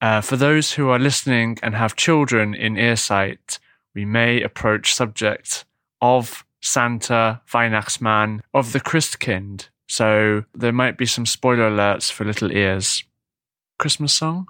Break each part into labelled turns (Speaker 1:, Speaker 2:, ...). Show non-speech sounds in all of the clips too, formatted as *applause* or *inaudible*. Speaker 1: Uh, for those who are listening and have children in earsight, we may approach subject of Santa, Weihnachtsmann, of the Christkind. So there might be some spoiler alerts for little ears. Christmas song?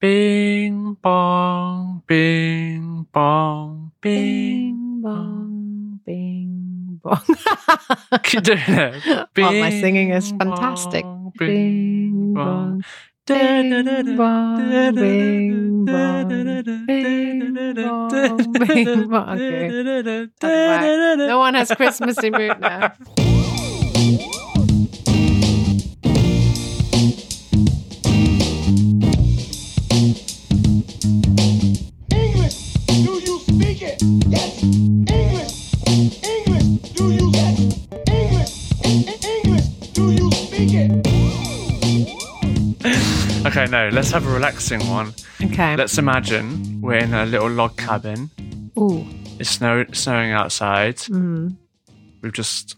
Speaker 1: Bing bong, bing bong, bing. *laughs*
Speaker 2: Bing bong, bing bong.
Speaker 1: Keep doing it.
Speaker 2: Oh, my singing is fantastic.
Speaker 1: bong, bing.
Speaker 2: Bing bong, bing bong, Oh, bing bong, bing bong, *laughs* bing bong. Okay. Alright. No one has Christmas in mood now.
Speaker 3: English, do you speak it? Yes. English, English, do you yes? English, English, do you speak it?
Speaker 1: Okay, no, let's have a relaxing one.
Speaker 2: *laughs* Okay.
Speaker 1: Let's imagine we're in a little log cabin.
Speaker 2: Ooh.
Speaker 1: It's snow- snowing outside.
Speaker 2: Mm.
Speaker 1: We've just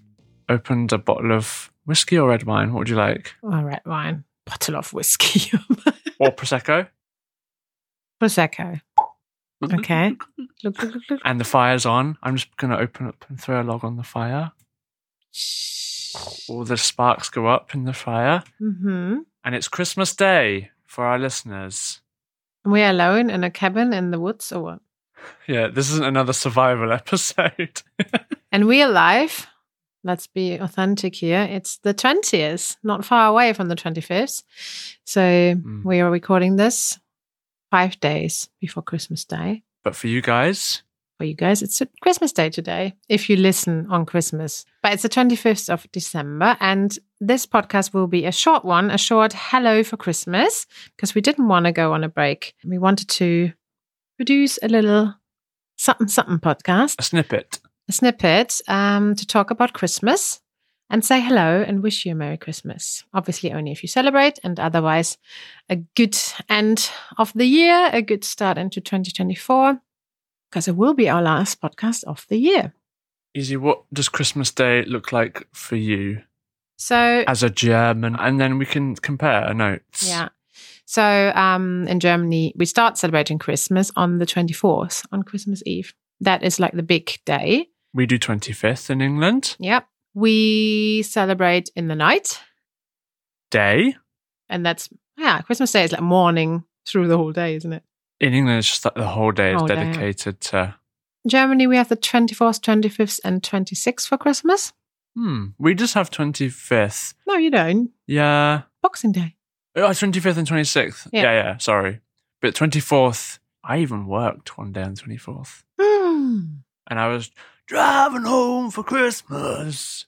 Speaker 1: opened a bottle of whiskey or red wine. What would you like?
Speaker 2: All right, wine. Bottle of whiskey. *laughs*
Speaker 1: Or Prosecco?
Speaker 2: Prosecco. Okay. Look, look, look, look.
Speaker 1: And the fire's on. I'm just going to open up and throw a log on the fire. All the sparks go up in the fire.
Speaker 2: Mm-hmm.
Speaker 1: And it's Christmas Day for our listeners.
Speaker 2: We're alone in a cabin in the woods or what?
Speaker 1: Yeah, this isn't another survival *laughs* episode.
Speaker 2: And we are live. Let's be authentic here. It's the 20th, not far away from the 25th. So we are recording this five days before Christmas Day.
Speaker 1: but for you guys,
Speaker 2: For you guys, it's Christmas Day today if you listen on Christmas. But it's the 25th of December. And this podcast will be a short one, a short hello for Christmas, because we didn't want to go on a break. We wanted to produce a little something, something podcast
Speaker 1: a snippet.
Speaker 2: a snippet um, to talk about Christmas and say hello and wish you a Merry Christmas. Obviously, only if you celebrate, and otherwise, a good end of the year, a good start into 2024, because it will be our last podcast of the year.
Speaker 1: Easy, what does Christmas Day look like for you
Speaker 2: So,
Speaker 1: as a German? And then we can compare notes.
Speaker 2: yeah. So, um, in Germany, we start celebrating Christmas on the 24th, on Christmas Eve. That is like the big day.
Speaker 1: We do 25th in England.
Speaker 2: Yep. We celebrate in the night.
Speaker 1: Day.
Speaker 2: And that's yeah, Christmas Day is like morning through the whole day, isn't it?
Speaker 1: In England, it's just that the whole day is
Speaker 2: Whole day, yeah.
Speaker 1: dedicated to.
Speaker 2: In Germany, we have the 24th, 25th, and 26th for Christmas.
Speaker 1: Hmm. We just have 25th.
Speaker 2: No, you don't.
Speaker 1: Yeah.
Speaker 2: Boxing Day.
Speaker 1: Oh, 25th and 26th.
Speaker 2: Yeah.
Speaker 1: yeah, yeah. Sorry. But 24th, I even worked one day on 24th.
Speaker 2: Hmm.
Speaker 1: And I was driving home for Christmas.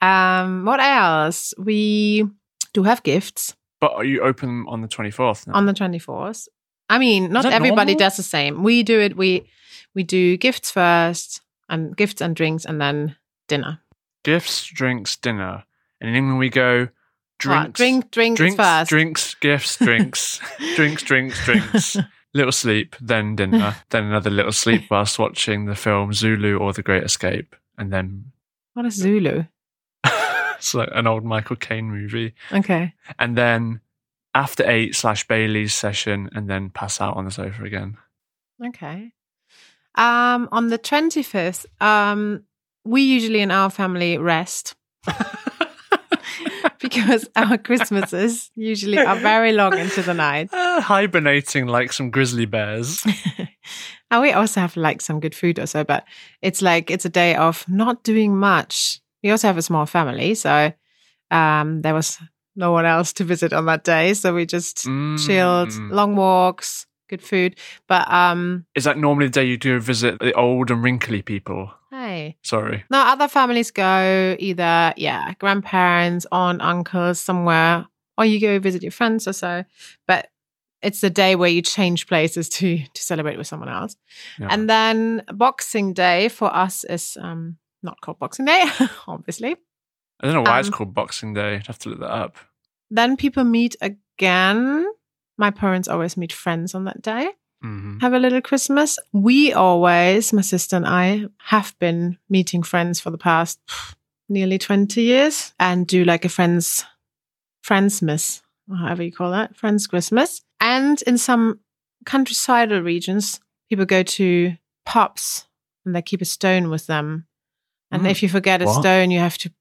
Speaker 2: Um, what else? We do have gifts
Speaker 1: But are you open on the 24th now?
Speaker 2: on the 24th. I mean, not
Speaker 1: that
Speaker 2: everybody
Speaker 1: normal?
Speaker 2: does the same. We do it. We we do gifts first, and gifts and drinks, and then dinner.
Speaker 1: gifts, drinks, dinner. And in England, we go
Speaker 2: Well,
Speaker 1: drinks,
Speaker 2: drink, drinks,
Speaker 1: drinks,
Speaker 2: first.
Speaker 1: drinks, gifts,
Speaker 2: *laughs*
Speaker 1: drinks, drinks, drinks, drinks. Little sleep, then dinner,
Speaker 2: *laughs*
Speaker 1: then another little sleep whilst watching the film Zulu or The Great Escape, and then *laughs*
Speaker 2: What is Zulu?
Speaker 1: it's like an old Michael Caine movie,
Speaker 2: Okay.
Speaker 1: and then after eight slash Bailey's session, and then pass out on the sofa again.
Speaker 2: Okay. Um, on the 25th, um, we usually in our family rest *laughs* because our Christmases usually are very long into
Speaker 1: *laughs*
Speaker 2: the night.
Speaker 1: Uh, hibernating like some grizzly bears.
Speaker 2: And we also have like some good food or so, but it's like it's a day of not doing much. We also have a small family, so um, there was no one else to visit on that day. So we just *laughs* chilled,
Speaker 1: Mm.
Speaker 2: long walks, good food. But um,
Speaker 1: Is that normally the day you do visit the old and wrinkly people?
Speaker 2: hey,
Speaker 1: Sorry.
Speaker 2: No, other families go either, yeah, grandparents, aunt, uncles, somewhere, or you go visit your friends or so. But it's the day where you change places to to celebrate with someone else.
Speaker 1: Yeah.
Speaker 2: And then Boxing Day for us is um, not called Boxing Day, *laughs* obviously.
Speaker 1: I don't know why it's
Speaker 2: Um,
Speaker 1: called Boxing Day. I'd have to look that up.
Speaker 2: Then people meet again. My parents always meet friends on that day.
Speaker 1: hmm
Speaker 2: have a little Christmas. We always, my sister and I, have been meeting friends for the past pff, nearly 20 years and do like a friends, friends miss, or however you call that, friends Christmas. And in some countrysidal regions, people go to pubs and they keep a stone with them. And
Speaker 1: Mm.
Speaker 2: if you forget a
Speaker 1: What?
Speaker 2: stone, you have to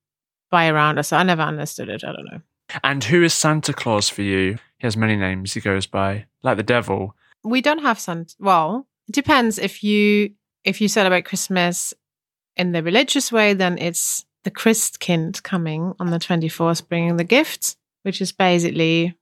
Speaker 2: buy around us. I never understood it. I don't know.
Speaker 1: And who is Santa Claus for you? He has many names he goes by, like the devil.
Speaker 2: We don't have sun. Well, it depends if you if you celebrate Christmas in the religious way, then it's the Christkind coming on the twenty fourth, bringing the gifts, which is basically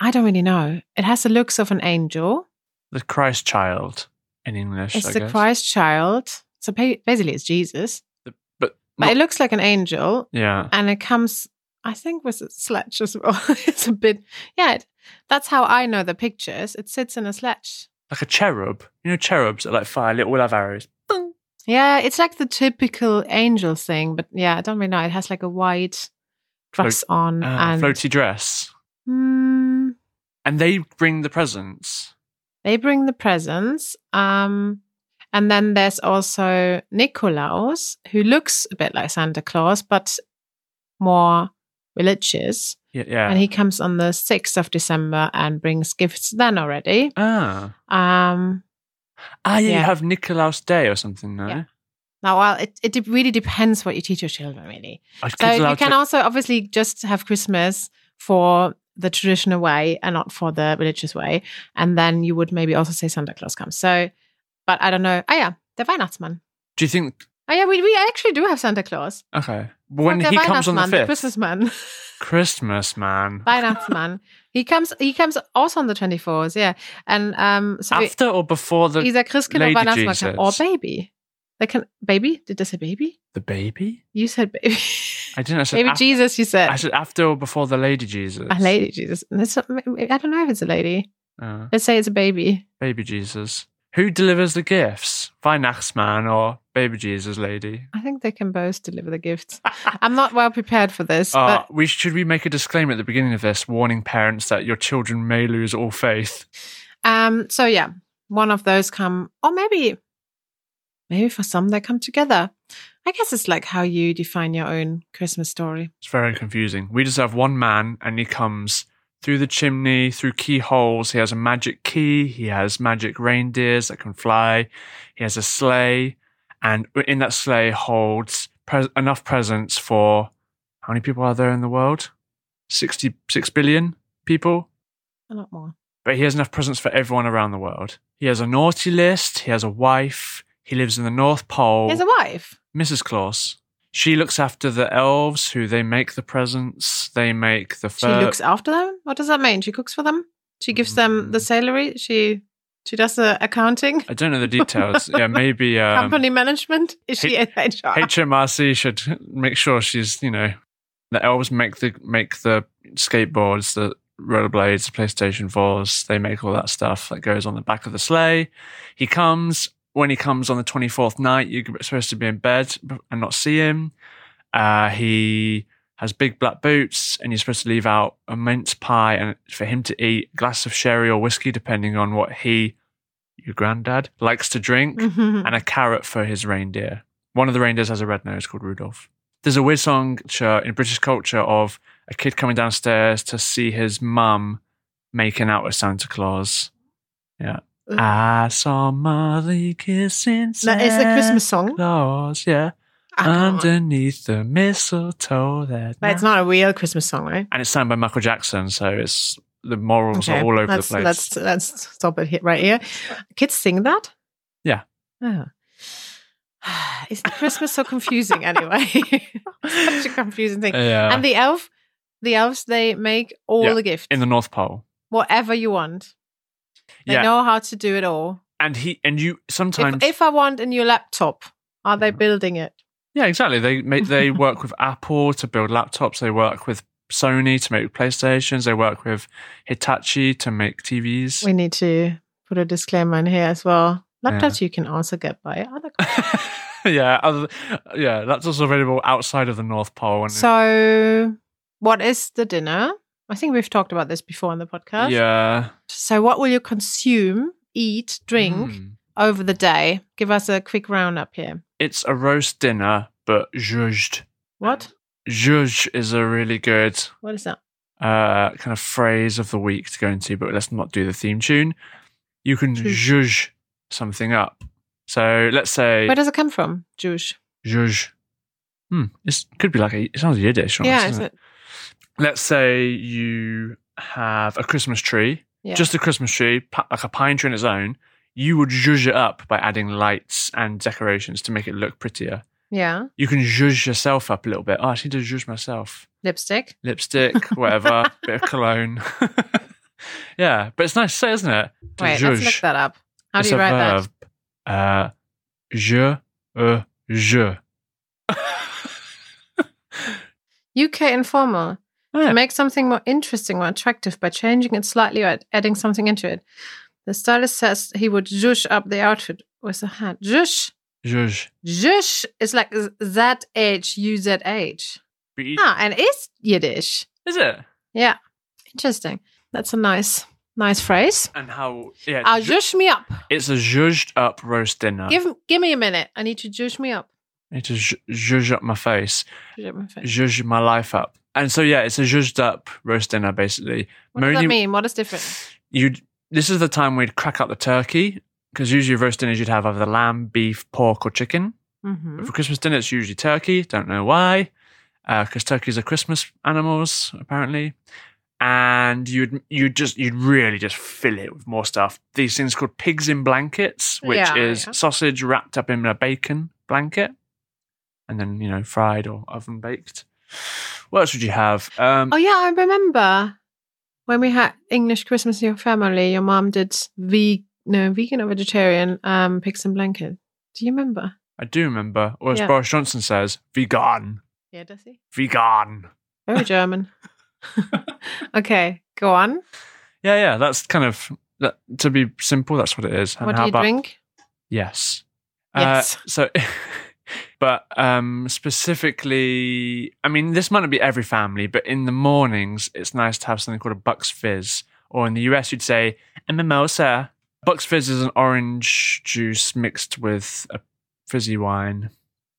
Speaker 2: I don't really know. It has the looks of an angel.
Speaker 1: The Christ child in English,
Speaker 2: It's
Speaker 1: I
Speaker 2: the
Speaker 1: guess.
Speaker 2: Christ child. So ba- basically, it's Jesus,
Speaker 1: But,
Speaker 2: but
Speaker 1: not-
Speaker 2: it looks like an angel,
Speaker 1: yeah.
Speaker 2: and it comes. I think with a sledge as well. *laughs* it's a bit, yeah. It, that's how I know the pictures. It sits in a sledge.
Speaker 1: Like a cherub. You know cherubs are like fire, little have arrows.
Speaker 2: Yeah, it's like the typical angel thing, but yeah, I don't really know. It has like a white dress on
Speaker 1: Ah,
Speaker 2: Mm, and
Speaker 1: floaty dress.
Speaker 2: Mm,
Speaker 1: And they bring the presents.
Speaker 2: they bring the presents. Um, and then there's also Nikolaus, who looks a bit like Santa Claus, but more religious.
Speaker 1: Yeah. yeah.
Speaker 2: And he comes on the 6th of December and brings gifts then already.
Speaker 1: ah.
Speaker 2: Um,
Speaker 1: Ah, yeah, you
Speaker 2: Yeah.
Speaker 1: have Nikolaus Day or something, no?
Speaker 2: Yeah. now, well, it, it de- really depends what you teach your children, really.
Speaker 1: Are
Speaker 2: So
Speaker 1: kids
Speaker 2: you
Speaker 1: allowed
Speaker 2: can
Speaker 1: to-
Speaker 2: also obviously just have Christmas for the traditional way and not for the religious way. And then you would maybe also say Santa Claus comes. So, but I don't know. Oh, yeah, the Weihnachtsmann.
Speaker 1: Do you think.
Speaker 2: Oh, yeah, we, we actually do have Santa Claus.
Speaker 1: Okay. When
Speaker 2: Not
Speaker 1: he comes on the
Speaker 2: Weihnachtsmann, the
Speaker 1: 5th.
Speaker 2: Christmas man. *laughs*
Speaker 1: Christmas, man.
Speaker 2: Weihnachtsmann. He comes he comes also on the 24th, yeah. And um, so we-
Speaker 1: After or before the,
Speaker 2: either Christkind or
Speaker 1: Lady
Speaker 2: Weihnachtsmann come- or
Speaker 1: Jesus.
Speaker 2: baby. They can, baby? Did they say baby?
Speaker 1: the baby?
Speaker 2: You said
Speaker 1: *laughs*
Speaker 2: baby.
Speaker 1: I didn't. I said,
Speaker 2: baby
Speaker 1: af-
Speaker 2: Jesus, you said.
Speaker 1: I said after or before the Lady Jesus.
Speaker 2: A lady Jesus. And it's not- I don't know if it's a lady.
Speaker 1: Ah,
Speaker 2: Let's say it's a baby.
Speaker 1: baby Jesus. Who delivers the gifts? Weihnachtsman or baby Jesus lady?
Speaker 2: I think they can both deliver the gifts. I'm not well prepared for this,
Speaker 1: Uh,
Speaker 2: but
Speaker 1: we should we make a disclaimer at the beginning of this, warning parents that your children may lose all faith.
Speaker 2: um, so yeah, one of those come, or maybe, maybe for some they come together. I guess it's like how you define your own Christmas story.
Speaker 1: It's very confusing. We just have one man, and he comes through the chimney, through keyholes. He has a magic key. He has magic reindeers that can fly. He has a sleigh, and in that sleigh holds pres enough presents for how many people are there in the world? Sixty-six billion people.
Speaker 2: A lot more.
Speaker 1: but he has enough presents for everyone around the world. He has a naughty list. He has a wife. He lives in the North Pole.
Speaker 2: There's a wife.
Speaker 1: Mrs. Claus. She looks after the elves, who they make the presents. They make the
Speaker 2: She
Speaker 1: fur.
Speaker 2: looks after them. What does that mean? She cooks for them. She gives them the salary. She she does the accounting,
Speaker 1: I don't know the details. yeah,
Speaker 2: *laughs*
Speaker 1: maybe *laughs* um,
Speaker 2: company management. Is she in HR?
Speaker 1: HMRC should make sure she's you know the elves make the make the skateboards, the rollerblades, the PlayStation fours. They make all that stuff that goes on the back of the sleigh. He comes when he comes on the twenty fourth night. You're supposed to be in bed and not see him. Uh, he has big black boots, and you're supposed to leave out a mince pie and for him to eat a glass of sherry or whiskey, depending on what he, your granddad, likes to drink
Speaker 2: Mhm.
Speaker 1: and a carrot for his reindeer. One of the reindeers has a red nose called Rudolph. There's a weird song uh, in British culture of a kid coming downstairs to see his mum making out with Santa Claus. Yeah.
Speaker 2: Ugh.
Speaker 1: I saw Molly kissing
Speaker 2: *laughs* That
Speaker 1: Santa
Speaker 2: is a Christmas song.
Speaker 1: Claus, yeah.
Speaker 2: I don't know.
Speaker 1: underneath the mistletoe that
Speaker 2: But it's
Speaker 1: night.
Speaker 2: not a real Christmas song, right?
Speaker 1: And it's sung by Michael Jackson, so it's the morals are all over
Speaker 2: let's,
Speaker 1: the place.
Speaker 2: Let's let's stop it here, right here. Kids sing that.
Speaker 1: Yeah.
Speaker 2: Oh. *sighs* Isn't Christmas so
Speaker 1: *laughs*
Speaker 2: confusing anyway? Such a confusing thing.
Speaker 1: yeah.
Speaker 2: and the elf, the elves, they make all
Speaker 1: Yeah,
Speaker 2: the gifts,
Speaker 1: in the North Pole.
Speaker 2: whatever you want. They
Speaker 1: yeah.
Speaker 2: know how to do it all.
Speaker 1: And he and you sometimes
Speaker 2: If, if I want a new laptop, are they
Speaker 1: Yeah.
Speaker 2: building it?
Speaker 1: Yeah, exactly. They make, they work with Apple to build laptops. They work with Sony to make PlayStations. They work with Hitachi to make TVs.
Speaker 2: We need to put a disclaimer in here as well. Laptops you can also get by other.
Speaker 1: *laughs* yeah, other, yeah, laptops are available outside of the North Pole. And
Speaker 2: So, what is the dinner? I think we've talked about this before on the podcast.
Speaker 1: yeah,
Speaker 2: So, what will you consume, eat, drink
Speaker 1: Mm.
Speaker 2: over the day? Give us a quick roundup here.
Speaker 1: It's a roast dinner, but zhuzhed.
Speaker 2: What?
Speaker 1: Zhuzh is a really good
Speaker 2: What is that?
Speaker 1: uh, kind of phrase of the week to go into, but let's not do the theme tune. You can
Speaker 2: Sure.
Speaker 1: zhuzh something up. So let's say
Speaker 2: Where does it come from, Jewish?
Speaker 1: zhuzh. Hmm, it could be like a, it sounds Yiddish. Almost,
Speaker 2: yeah,
Speaker 1: doesn't
Speaker 2: isn't
Speaker 1: it?
Speaker 2: it?
Speaker 1: Let's say you have a Christmas tree,
Speaker 2: Yeah.
Speaker 1: just a Christmas tree, pi- like a pine tree on its own. You would zhuzh it up by adding lights and decorations to make it look prettier.
Speaker 2: yeah.
Speaker 1: You can zhuzh yourself up a little bit. Oh, I need to zhuzh myself.
Speaker 2: Lipstick. *laughs*
Speaker 1: Lipstick, whatever, bit of cologne. *laughs* yeah, but it's nice to say, isn't it? To
Speaker 2: Wait, let's look that up. How
Speaker 1: it's
Speaker 2: do you
Speaker 1: a
Speaker 2: write that?
Speaker 1: verb. Uh, je, uh, je.
Speaker 2: UK informal.
Speaker 1: Yeah.
Speaker 2: To make something more interesting or attractive by changing it slightly or adding something into it. The stylist says he would zhuzh up the outfit with a hat. Zhuzh.
Speaker 1: Zhuzh.
Speaker 2: Zhuzh is like Z H U Z H.
Speaker 1: Be-
Speaker 2: Ah, and it's Yiddish.
Speaker 1: Is it?
Speaker 2: Yeah. Interesting. That's a nice, nice phrase.
Speaker 1: And how? Yeah,
Speaker 2: I'll
Speaker 1: zhu-
Speaker 2: zhuzh me up.
Speaker 1: it's a zhuzhed up roast dinner.
Speaker 2: Give give me a minute. I need to zhuzh me up.
Speaker 1: It is zh- zhuzh up my face,
Speaker 2: Zhuzh up my face.
Speaker 1: zhuzh my life up. And so, yeah, it's a zhuzhed up roast dinner, basically.
Speaker 2: What does
Speaker 1: Moni-
Speaker 2: that mean? What is different?
Speaker 1: you'd this is the time we'd crack up the turkey because usually roast dinners you'd have either lamb, beef, pork, or chicken.
Speaker 2: hmm
Speaker 1: But for Christmas dinner, it's usually turkey. Don't know why, because turkeys are Christmas animals apparently. And you'd you'd just you'd really just fill it with more stuff. These things called pigs in blankets, which
Speaker 2: Yeah,
Speaker 1: is
Speaker 2: yeah.
Speaker 1: sausage wrapped up in a bacon blanket, and then you know fried or oven baked. What else would you have? Um,
Speaker 2: Oh yeah, I remember when we had English Christmas in your family. Your mom did ve- no, vegan or vegetarian um, pigs and blanket. Do you remember?
Speaker 1: I do remember, or as
Speaker 2: Yeah.
Speaker 1: Boris Johnson says, vegan.
Speaker 2: Yeah, does he?
Speaker 1: vegan.
Speaker 2: Very *laughs* German. okay, go on.
Speaker 1: Yeah, yeah, that's kind of that, to be simple. That's what it is. And
Speaker 2: what do
Speaker 1: how
Speaker 2: you
Speaker 1: about
Speaker 2: drink?
Speaker 1: yes?
Speaker 2: Yes.
Speaker 1: Uh, so, *laughs* but um, specifically, I mean, this might not be every family, but in the mornings, it's nice to have something called a Bucks Fizz, or in the US, you'd say a mimosa. Bucks Fizz is an orange juice mixed with a fizzy wine,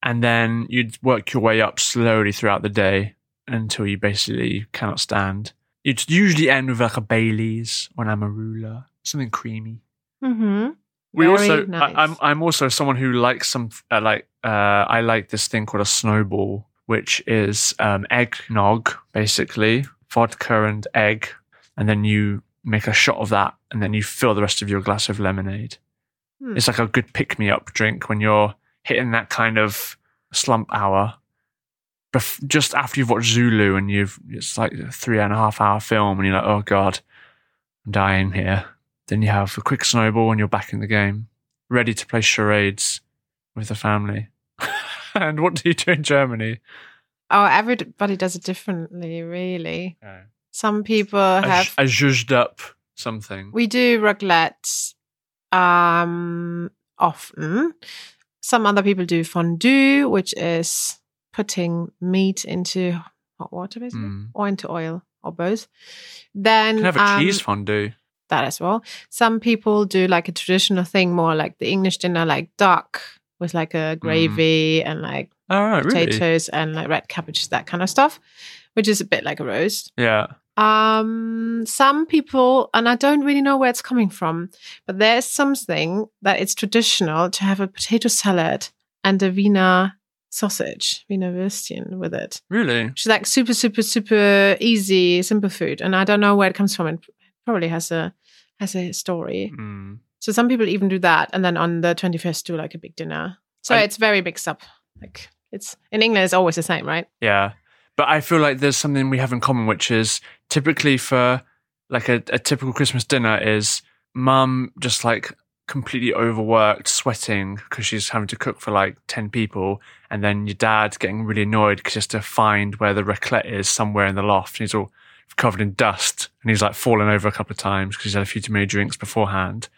Speaker 1: and then you'd work your way up slowly throughout the day until you basically cannot stand. You'd usually end with like a Bailey's or an Amarula, something creamy
Speaker 2: Mm-hmm.
Speaker 1: we
Speaker 2: Very
Speaker 1: also
Speaker 2: nice.
Speaker 1: I, I'm I'm also someone who likes some uh, like uh, I like this thing called a snowball, which is um, eggnog basically vodka and egg, and then you make a shot of that, and then you fill the rest of your glass with lemonade.
Speaker 2: Hmm.
Speaker 1: It's like a good pick me up drink when you're hitting that kind of slump hour. Bef- just after you've watched Zulu and you've it's like a three and a half hour film and you're like, oh god, I'm dying here. Then you have a quick snowball and you're back in the game, ready to play charades with the family. *laughs* and what do you do in Germany?
Speaker 2: Oh, everybody does it differently, really. Some people
Speaker 1: I,
Speaker 2: have.
Speaker 1: zh- I zhuzhed up something.
Speaker 2: We do raclette um, often. Some other people do fondue, which is putting meat into hot water, basically,
Speaker 1: Mm.
Speaker 2: or into oil, or both.
Speaker 1: You
Speaker 2: Then
Speaker 1: can have a
Speaker 2: um,
Speaker 1: cheese fondue.
Speaker 2: that as well. Some people do like a traditional thing, more like the English dinner, like duck with like
Speaker 1: Mm.
Speaker 2: a gravy and like
Speaker 1: All right, Oh, really?
Speaker 2: potatoes and like red cabbages, that kind of stuff, which is a bit like a roast.
Speaker 1: Yeah.
Speaker 2: Um, some people, and I don't really know where it's coming from, but there is something that it's traditional to have a potato salad and a Wiener sausage, Wiener Würstchen with it,
Speaker 1: Really?
Speaker 2: which is like super, super, super easy, simple food. And I don't know where it comes from. It probably has a has a story.
Speaker 1: Mm.
Speaker 2: So some people even do that, and then on the twenty first do like a big dinner. So
Speaker 1: And-
Speaker 2: it's very mixed up. Like it's in England, it's always the same, right?
Speaker 1: Yeah. But I feel like there's something we have in common, which is typically for like a, a typical Christmas dinner is mum just like completely overworked, sweating because she's having to cook for like 10 people. And then your dad getting really annoyed because he has to find where the raclette is somewhere in the loft. And he's all covered in dust and he's like fallen over a couple of times because he's had a few too many drinks beforehand.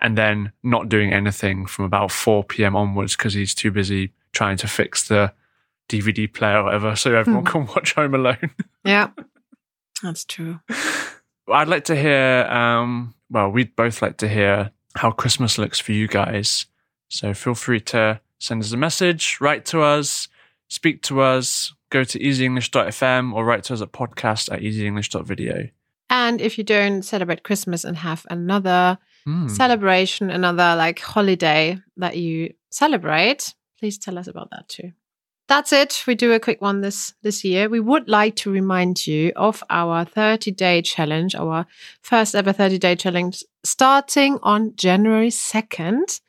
Speaker 1: And then not doing anything from about 4 p.m. onwards because he's too busy trying to fix the DVD player or whatever so everyone can *laughs* watch Home Alone.
Speaker 2: Yeah, *laughs* that's true.
Speaker 1: I'd like to hear, um, well, we'd both like to hear how Christmas looks for you guys. So feel free to send us a message, write to us, speak to us, go to easyenglish.fm or write to us at podcast at easyenglish.video.
Speaker 2: And if you don't celebrate Christmas and have another
Speaker 1: Hmm.
Speaker 2: celebration, another like holiday that you celebrate, please tell us about that too. That's it. We do a quick one this this year. We would like to remind you of our 30-day challenge, our first ever 30-day challenge starting on January 2nd.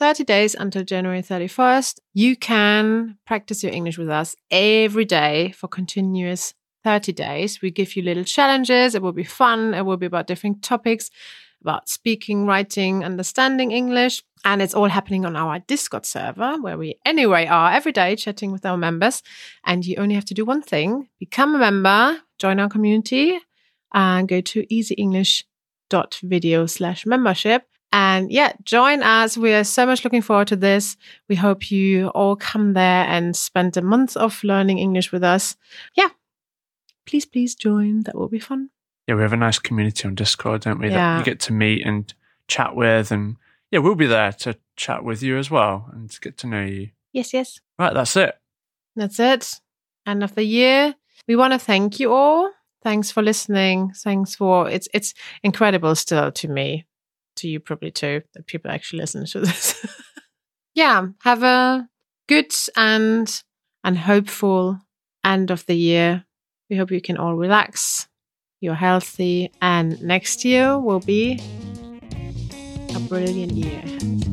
Speaker 2: 30 days until January 31st. You can practice your English with us every day for continuous 30 days. We give you little challenges. It will be fun. It will be about different topics about speaking, writing, understanding English. And it's all happening on our Discord server, where we anyway are every day chatting with our members. And you only have to do one thing become a member, join our community, and go to easyenglish.video slash membership. And yeah, join us. We are so much looking forward to this. We hope you all come there and spend a month of learning English with us. Yeah, please, please join. That will be fun.
Speaker 1: Yeah, we have a nice community on Discord, don't we? That
Speaker 2: Yeah.
Speaker 1: you get to meet and chat with. And yeah, we'll be there to chat with you as well and to get to know you.
Speaker 2: Yes, yes.
Speaker 1: Right, that's it.
Speaker 2: That's it. End of the year. We want to thank you all. Thanks for listening. Thanks for it's it's incredible still to me, to you probably too, that people actually listen to *laughs* this. yeah, have a good and and hopeful end of the year. We hope you can all relax. You're healthy, and next year will be a brilliant year.